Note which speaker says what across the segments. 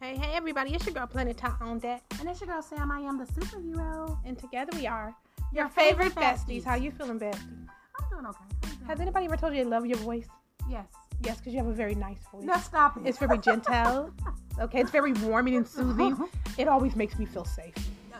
Speaker 1: everybody, it's your girl Planet Top on that,
Speaker 2: And it's your girl Sam. I am the superhero.
Speaker 1: and together we are
Speaker 2: Your
Speaker 1: favorite
Speaker 2: besties.
Speaker 1: besties. How you feeling, bestie?
Speaker 2: I'm doing okay. I'm doing
Speaker 1: Has anybody ever told you they love your voice?
Speaker 2: Yes.
Speaker 1: Yes, because you have a very nice voice.
Speaker 2: No, stop it.
Speaker 1: It's very gentle. Okay, it's very warming and soothing. It always makes me feel safe.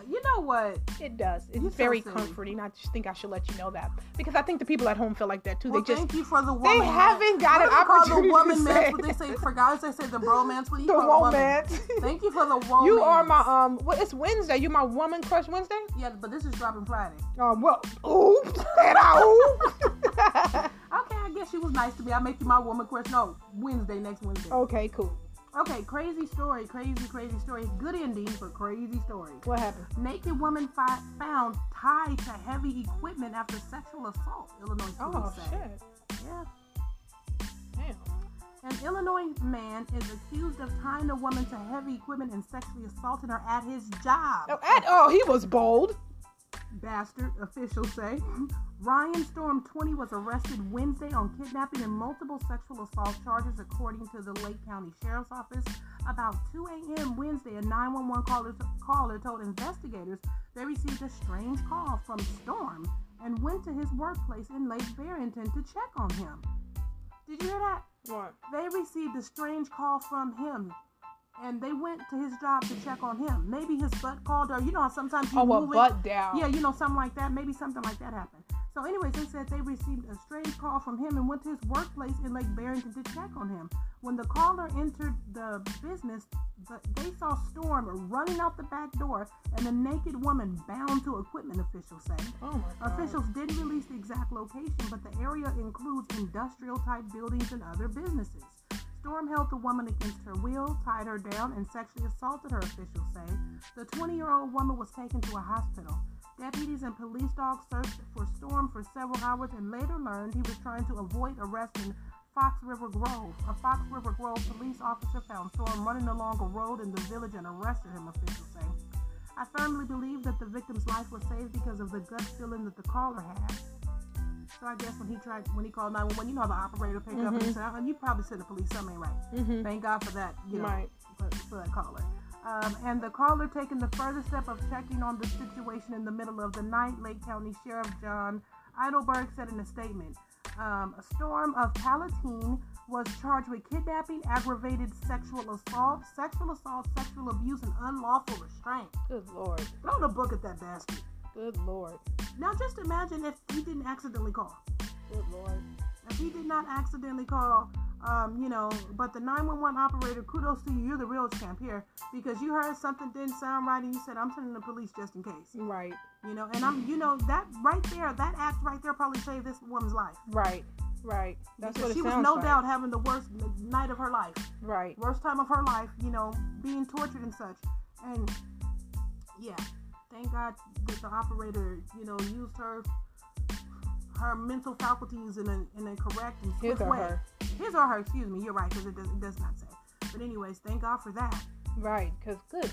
Speaker 2: You know what?
Speaker 1: It does. It's
Speaker 2: You're so
Speaker 1: very
Speaker 2: silly.
Speaker 1: comforting. I just think I should let you know that because I think the people at home feel like that too.
Speaker 2: Well,
Speaker 1: they just
Speaker 2: thank you for the
Speaker 1: they
Speaker 2: woman.
Speaker 1: haven't got an
Speaker 2: what do they call
Speaker 1: opportunity
Speaker 2: the woman
Speaker 1: to
Speaker 2: man? What
Speaker 1: say
Speaker 2: they say for guys, they say the bromance. What do you
Speaker 1: the
Speaker 2: call a woman?
Speaker 1: romance.
Speaker 2: Thank you for the woman.
Speaker 1: You are my um. Well, it's Wednesday. You my woman crush Wednesday.
Speaker 2: Yeah, but this is dropping Friday.
Speaker 1: Um. Well. Oops. And I
Speaker 2: Okay, I guess she was nice to me. I'll make you my woman crush. No, Wednesday, next Wednesday.
Speaker 1: oops. okay. Cool.
Speaker 2: Okay, crazy story, crazy, crazy story. Good ending, but crazy story.
Speaker 1: What happened?
Speaker 2: Naked woman fi- found tied to heavy equipment after sexual assault. Illinois
Speaker 1: Oh
Speaker 2: police say.
Speaker 1: shit.
Speaker 2: Yeah.
Speaker 1: Damn.
Speaker 2: An Illinois man is accused of tying a woman to heavy equipment and sexually assaulting her at his job.
Speaker 1: Oh, at, oh, he was bold.
Speaker 2: Bastard, officials say. Ryan Storm 20 was arrested Wednesday on kidnapping and multiple sexual assault charges, according to the Lake County Sheriff's Office. About 2 a.m. Wednesday, a 911 caller, caller told investigators they received a strange call from Storm and went to his workplace in Lake Barrington to check on him. Did you hear that?
Speaker 1: What?
Speaker 2: They received a strange call from him. And they went to his job to check on him. Maybe his butt called, or you know, how sometimes you
Speaker 1: Oh, a
Speaker 2: move it-
Speaker 1: butt down.
Speaker 2: yeah, you know, something like that. Maybe something like that happened. So, anyways, they said they received a strange call from him and went to his workplace in Lake Barrington to check on him. When the caller entered the business, the, they saw Storm running out the back door and a naked woman bound to equipment, officials say.
Speaker 1: Oh my god.
Speaker 2: Officials didn't release the exact location, but the area includes industrial type buildings and other businesses. Storm held the woman against her will, tied her down, and sexually assaulted her, officials say. The 20 year old woman was taken to a hospital. Deputies and police dogs searched for Storm for several hours and later learned he was trying to avoid arrest in Fox River Grove. A Fox River Grove police officer found Storm running along a road in the village and arrested him, officials say. I firmly believe that the victim's life was saved because of the gut feeling that the caller had. So I guess when he tried, when he called 911, you know how the operator picked up and he said, "Oh, "You probably said the police something ain't right."
Speaker 1: Mhm.
Speaker 2: Thank God for that, you know,
Speaker 1: Right.
Speaker 2: for, for that caller. Um, and the caller taking the further step of checking on the situation in the middle of the night. Lake County Sheriff John Eidelberg said in a statement, um, "A storm of Palatine." Was charged with kidnapping, aggravated sexual assault, sexual assault, sexual abuse, and unlawful restraint.
Speaker 1: Good lord.
Speaker 2: Throw the book at that bastard.
Speaker 1: Good lord.
Speaker 2: Now just imagine if he didn't accidentally call.
Speaker 1: Good lord.
Speaker 2: If he did not accidentally call, um, you know, but the 911 operator, kudos to you. You're the real champ here because you heard something didn't sound right and you said, I'm sending the police just in case.
Speaker 1: Right.
Speaker 2: You know, and I'm, you know, that right there, that act right there probably saved this woman's life.
Speaker 1: Right. Right. That's
Speaker 2: because
Speaker 1: what it
Speaker 2: she was
Speaker 1: sounds
Speaker 2: no
Speaker 1: like.
Speaker 2: doubt having the worst n- night of her life,
Speaker 1: Right.
Speaker 2: worst time of her life, you know, being tortured and such. And yeah, thank God that the operator, you know, used her her mental faculties in a, in a correct and
Speaker 1: His
Speaker 2: swift
Speaker 1: or
Speaker 2: way.
Speaker 1: her.
Speaker 2: His or her, excuse me. You're right, because it does, it does not say. But anyways, thank God for that.
Speaker 1: Right. Cause good.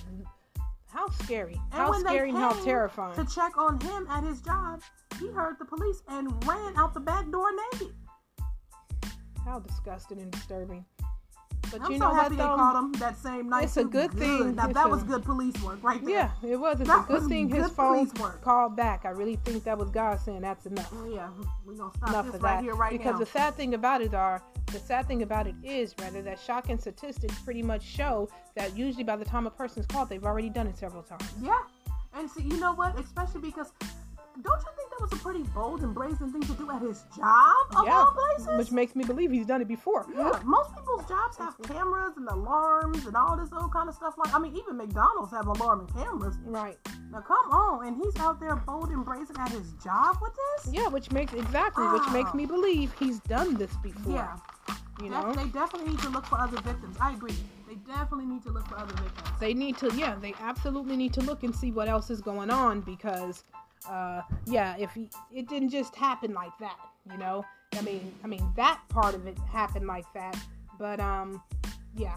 Speaker 1: How scary.
Speaker 2: And
Speaker 1: how
Speaker 2: when they
Speaker 1: scary and how
Speaker 2: came
Speaker 1: terrifying.
Speaker 2: To check on him at his job, he heard the police and ran out the back door naked.
Speaker 1: How disgusting and disturbing. But
Speaker 2: I'm
Speaker 1: you
Speaker 2: so
Speaker 1: know
Speaker 2: happy
Speaker 1: what
Speaker 2: they
Speaker 1: though?
Speaker 2: caught him that same night.
Speaker 1: It's a
Speaker 2: too.
Speaker 1: good thing.
Speaker 2: Now
Speaker 1: It's
Speaker 2: that
Speaker 1: a-
Speaker 2: was good police work, right there.
Speaker 1: Yeah, it was. It's a
Speaker 2: That
Speaker 1: good
Speaker 2: was
Speaker 1: thing his
Speaker 2: good
Speaker 1: phone
Speaker 2: police work.
Speaker 1: called back. I really think that was God saying that's enough.
Speaker 2: Oh, yeah, we're gonna stop
Speaker 1: Enough
Speaker 2: this
Speaker 1: of
Speaker 2: right
Speaker 1: that.
Speaker 2: here, right
Speaker 1: because
Speaker 2: now.
Speaker 1: the sad thing about it are the sad thing about it is rather that shocking statistics pretty much show that usually by the time a person's called, they've already done it several times.
Speaker 2: Yeah. And see, you know what? Especially because don't you think that was a pretty bold and brazen thing to do at his job of all places?
Speaker 1: which makes me believe he's done it before.
Speaker 2: yeah, most people's jobs have cameras and alarms and all this old kind of stuff. Like, I mean, even McDonald's have alarm and cameras.
Speaker 1: Right.
Speaker 2: Now, come on, and he's out there bold and brazen at his job with this.
Speaker 1: Yeah, which makes exactly, which makes me believe he's done this before.
Speaker 2: Yeah,
Speaker 1: You
Speaker 2: def-
Speaker 1: know,
Speaker 2: they definitely need to look for other victims. I agree. They definitely need to look for other victims.
Speaker 1: they need to. Yeah, they absolutely need to look and see what else is going on because, uh, yeah, if he, it didn't just happen like that, you know. I mean, I mean that part of it happened like that, but um, yeah.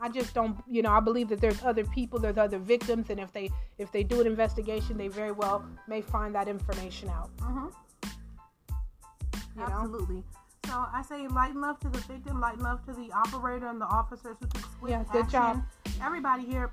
Speaker 1: I just don't, you know. I believe that there's other people, there's other victims, and if they if they do an investigation, they very well may find that information out.
Speaker 2: hmm
Speaker 1: You know?
Speaker 2: Absolutely. So I say light love to the victim, light love to the operator and the officers who took swift
Speaker 1: Yeah, good
Speaker 2: action
Speaker 1: job.
Speaker 2: everybody here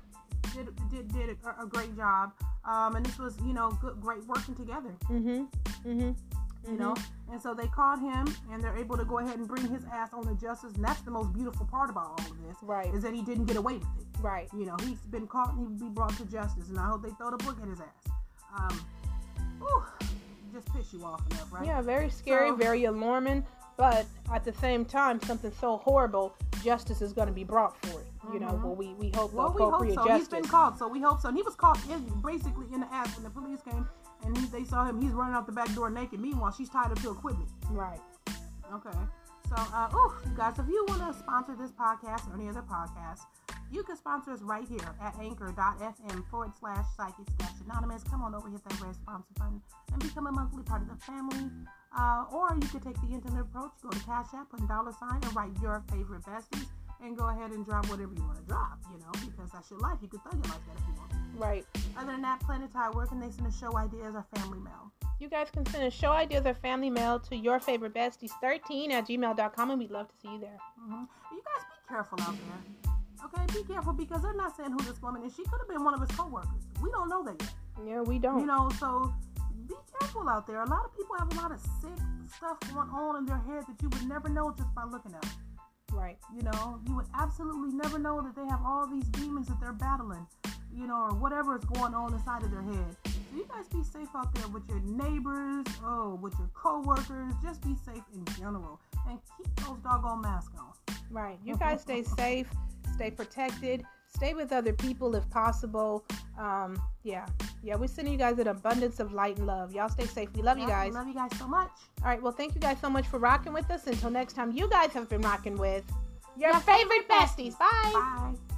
Speaker 2: did did, did a, a great job. Um, and this was, you know, good, great working together,
Speaker 1: Mm-hmm. Mm-hmm.
Speaker 2: you know. And so they called him, and they're able to go ahead and bring his ass on to justice. And that's the most beautiful part about all of this,
Speaker 1: Right.
Speaker 2: Is that he didn't get away with it.
Speaker 1: Right.
Speaker 2: You know, he's been caught and he'll be brought to justice. And I hope they throw the book at his ass. Um, whew, just piss you off enough, right?
Speaker 1: Yeah, very scary,
Speaker 2: So-
Speaker 1: very alarming, but at the same time, something so horrible, justice is going to be brought for it. You know, well, we, we hope
Speaker 2: Mm-hmm. Well,
Speaker 1: the
Speaker 2: we hope
Speaker 1: appropriate
Speaker 2: so. He's been
Speaker 1: justice.
Speaker 2: called, so we hope so. And he was caught in, basically in the ass when the police came, and he, they saw him. He's running out the back door naked. Meanwhile, she's tied up to equipment.
Speaker 1: Right.
Speaker 2: Okay. So, uh, ooh, you guys, if you want to sponsor this podcast or any other podcast, you can sponsor us right here at anchor.fm forward slash psychics dash anonymous. Come on over, hit that red sponsor button, and become a monthly part of the family. Uh, or you could take the internet approach, go to Cash App, put a dollar sign, and write your favorite besties, and go ahead and drop whatever you want to drop, you know, because that's your life. You could thug it like that if you want.
Speaker 1: Right.
Speaker 2: Other than that, Planet Tide, where can they send us show ideas or family mail?
Speaker 1: You guys can send us show ideas or family mail to your favorite besties13 at gmail.com, and we'd love to see you there.
Speaker 2: hmm You guys be careful out there. Okay, be careful because they're not saying who this woman is. She could have been one of his coworkers. We don't know that yet.
Speaker 1: Yeah, we don't.
Speaker 2: You know, so be careful out there. A lot of people have a lot of sick stuff going on in their head that you would never know just by looking at them.
Speaker 1: right.
Speaker 2: You know, you would absolutely never know that they have all these demons that they're battling, you know, or whatever is going on inside of their head. So you guys be safe out there with your neighbors, oh, with your coworkers. Just be safe in general and keep those doggone masks on.
Speaker 1: Right. You
Speaker 2: Mm-hmm.
Speaker 1: guys stay safe, stay protected, stay with other people if possible. Um, yeah. Yeah, we're sending you guys an abundance of light and love. Y'all stay safe. We love you
Speaker 2: Yeah,
Speaker 1: guys.
Speaker 2: Love you guys so much.
Speaker 1: All right. Well, thank you guys so much for rocking with us. Until next time, you guys have been rocking with your favorite besties. Bye.
Speaker 2: Bye.